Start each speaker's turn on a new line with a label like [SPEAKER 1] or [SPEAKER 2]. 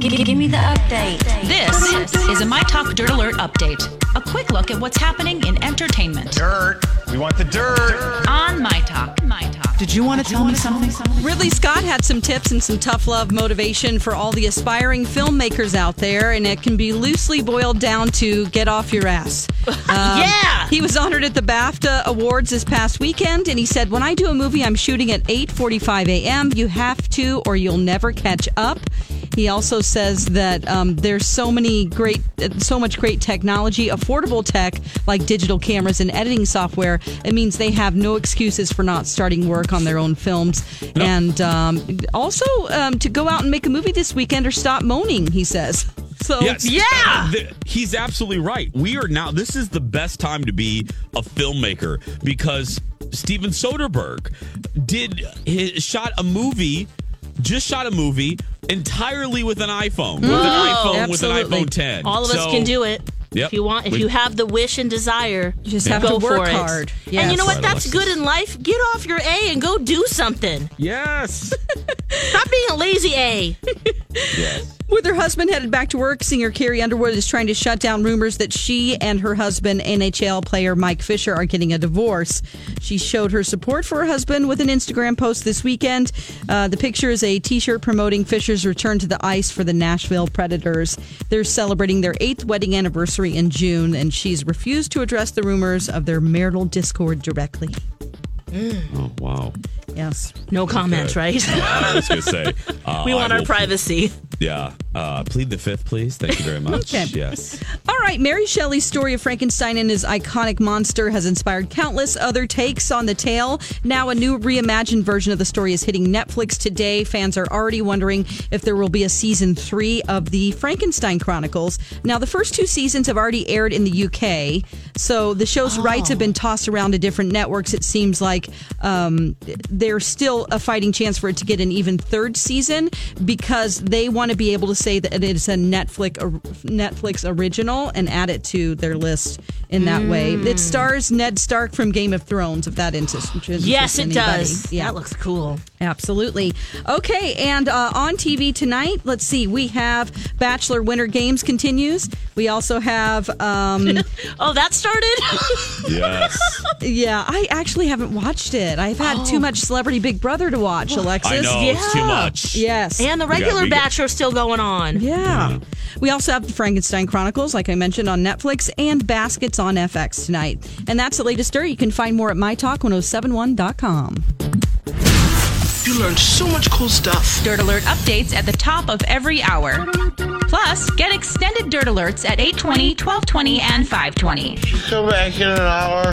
[SPEAKER 1] Give, give me the update.
[SPEAKER 2] This is a My Talk Dirt Alert update. A quick look at what's happening in entertainment
[SPEAKER 3] Dirt. We want the dirt.
[SPEAKER 2] on My Talk. My Talk.
[SPEAKER 4] Did you want to tell me something?
[SPEAKER 5] Ridley Scott had some tips and some tough love motivation for all the aspiring filmmakers out there, and it can be loosely boiled down to get off your ass. Um,
[SPEAKER 2] Yeah.
[SPEAKER 5] He was honored at the BAFTA Awards this past weekend, and he said, "When I do a movie, I'm shooting at 8:45 a.m. You have to, or you'll never catch up." He also says that um, there's so many great, uh, so much great technology, affordable tech like digital cameras and editing software. It means they have no excuses for not starting work on their own films, and um, also um, to go out and make a movie this weekend or stop moaning. He says. So
[SPEAKER 2] Yeah.
[SPEAKER 6] Th- he's absolutely right. We are now, this is the best time to be a filmmaker because Steven Soderbergh did, his, shot a movie, just shot a movie entirely with an iPhone. With an iPhone, with an
[SPEAKER 7] Mm-hmm. Absolutely.
[SPEAKER 6] iPhone 10.
[SPEAKER 7] All of us
[SPEAKER 6] So-
[SPEAKER 7] can do it.
[SPEAKER 6] Yep.
[SPEAKER 7] If you want, if
[SPEAKER 6] We-
[SPEAKER 7] you have the wish and desire, you
[SPEAKER 5] just have to
[SPEAKER 7] go
[SPEAKER 5] work
[SPEAKER 7] for it.
[SPEAKER 5] hard.
[SPEAKER 7] And
[SPEAKER 5] Yes.
[SPEAKER 7] you know what?
[SPEAKER 6] Right,
[SPEAKER 7] That's
[SPEAKER 6] Alexis.
[SPEAKER 7] good in life. Get off your A and go do something.
[SPEAKER 6] Yes.
[SPEAKER 7] Stop being a lazy A.
[SPEAKER 6] yes.
[SPEAKER 5] With her husband headed back to work, singer Carrie Underwood is trying to shut down rumors that she and her husband, NHL player Mike Fisher, are getting a divorce. She showed her support for her husband with an Instagram post this weekend. Uh, the picture is a t shirt promoting Fisher's return to the ice for the Nashville Predators. They're celebrating their eighth wedding anniversary in June, and she's refused to address the rumors of their marital discord directly.
[SPEAKER 6] Oh, wow.
[SPEAKER 5] Yes.
[SPEAKER 7] No comments, right?
[SPEAKER 6] I was going to say. uh,
[SPEAKER 7] we want
[SPEAKER 6] I
[SPEAKER 7] our
[SPEAKER 6] will-
[SPEAKER 7] privacy.
[SPEAKER 6] Yeah. Uh, plead the fifth, please. Thank you very much.
[SPEAKER 5] Okay.
[SPEAKER 6] Yes.
[SPEAKER 5] All right, Mary Shelley's story of Frankenstein and his iconic monster has inspired countless other takes on the tale. Now, a new reimagined version of the story is hitting Netflix today. Fans are already wondering if there will be a season three of the Frankenstein Chronicles. Now, the first two seasons have already aired in the UK, so the show's rights
[SPEAKER 7] Oh.
[SPEAKER 5] have been tossed around to different networks. It seems like um, there's still a fighting chance for it to get an even third season because they want to be able to say that it is a Netflix or Netflix original and add it to their list in that way.
[SPEAKER 7] Mm.
[SPEAKER 5] It stars Ned Stark from Game of Thrones, if that interests. interests
[SPEAKER 7] Yes, it
[SPEAKER 5] anybody.
[SPEAKER 7] does.
[SPEAKER 5] Yeah,
[SPEAKER 7] That looks cool.
[SPEAKER 5] absolutely. Okay, and uh, on TV tonight, let's see. We have Bachelor Winter Games continues. We also have, um,
[SPEAKER 7] Oh, that started?
[SPEAKER 6] Yes.
[SPEAKER 5] yeah, I actually haven't watched it. I've had too much Celebrity Big Brother to watch, Alexis.
[SPEAKER 6] Oh. I know. It's too
[SPEAKER 7] yeah.
[SPEAKER 6] much.
[SPEAKER 5] Yes.
[SPEAKER 7] and the
[SPEAKER 6] We got-
[SPEAKER 7] regular
[SPEAKER 6] we got-
[SPEAKER 7] batch are still going on.
[SPEAKER 5] Yeah.
[SPEAKER 6] Mm.
[SPEAKER 5] We also have the Frankenstein Chronicles, like I mentioned, on Netflix and Baskets on FX tonight. And that's the latest dirt. You can find more at mytalk1071.com.
[SPEAKER 8] You learned so much cool stuff.
[SPEAKER 2] Dirt Alert updates at the top of every hour. Plus, get extended Dirt Alerts at 820, 1220, and 520.
[SPEAKER 9] Come back in an hour.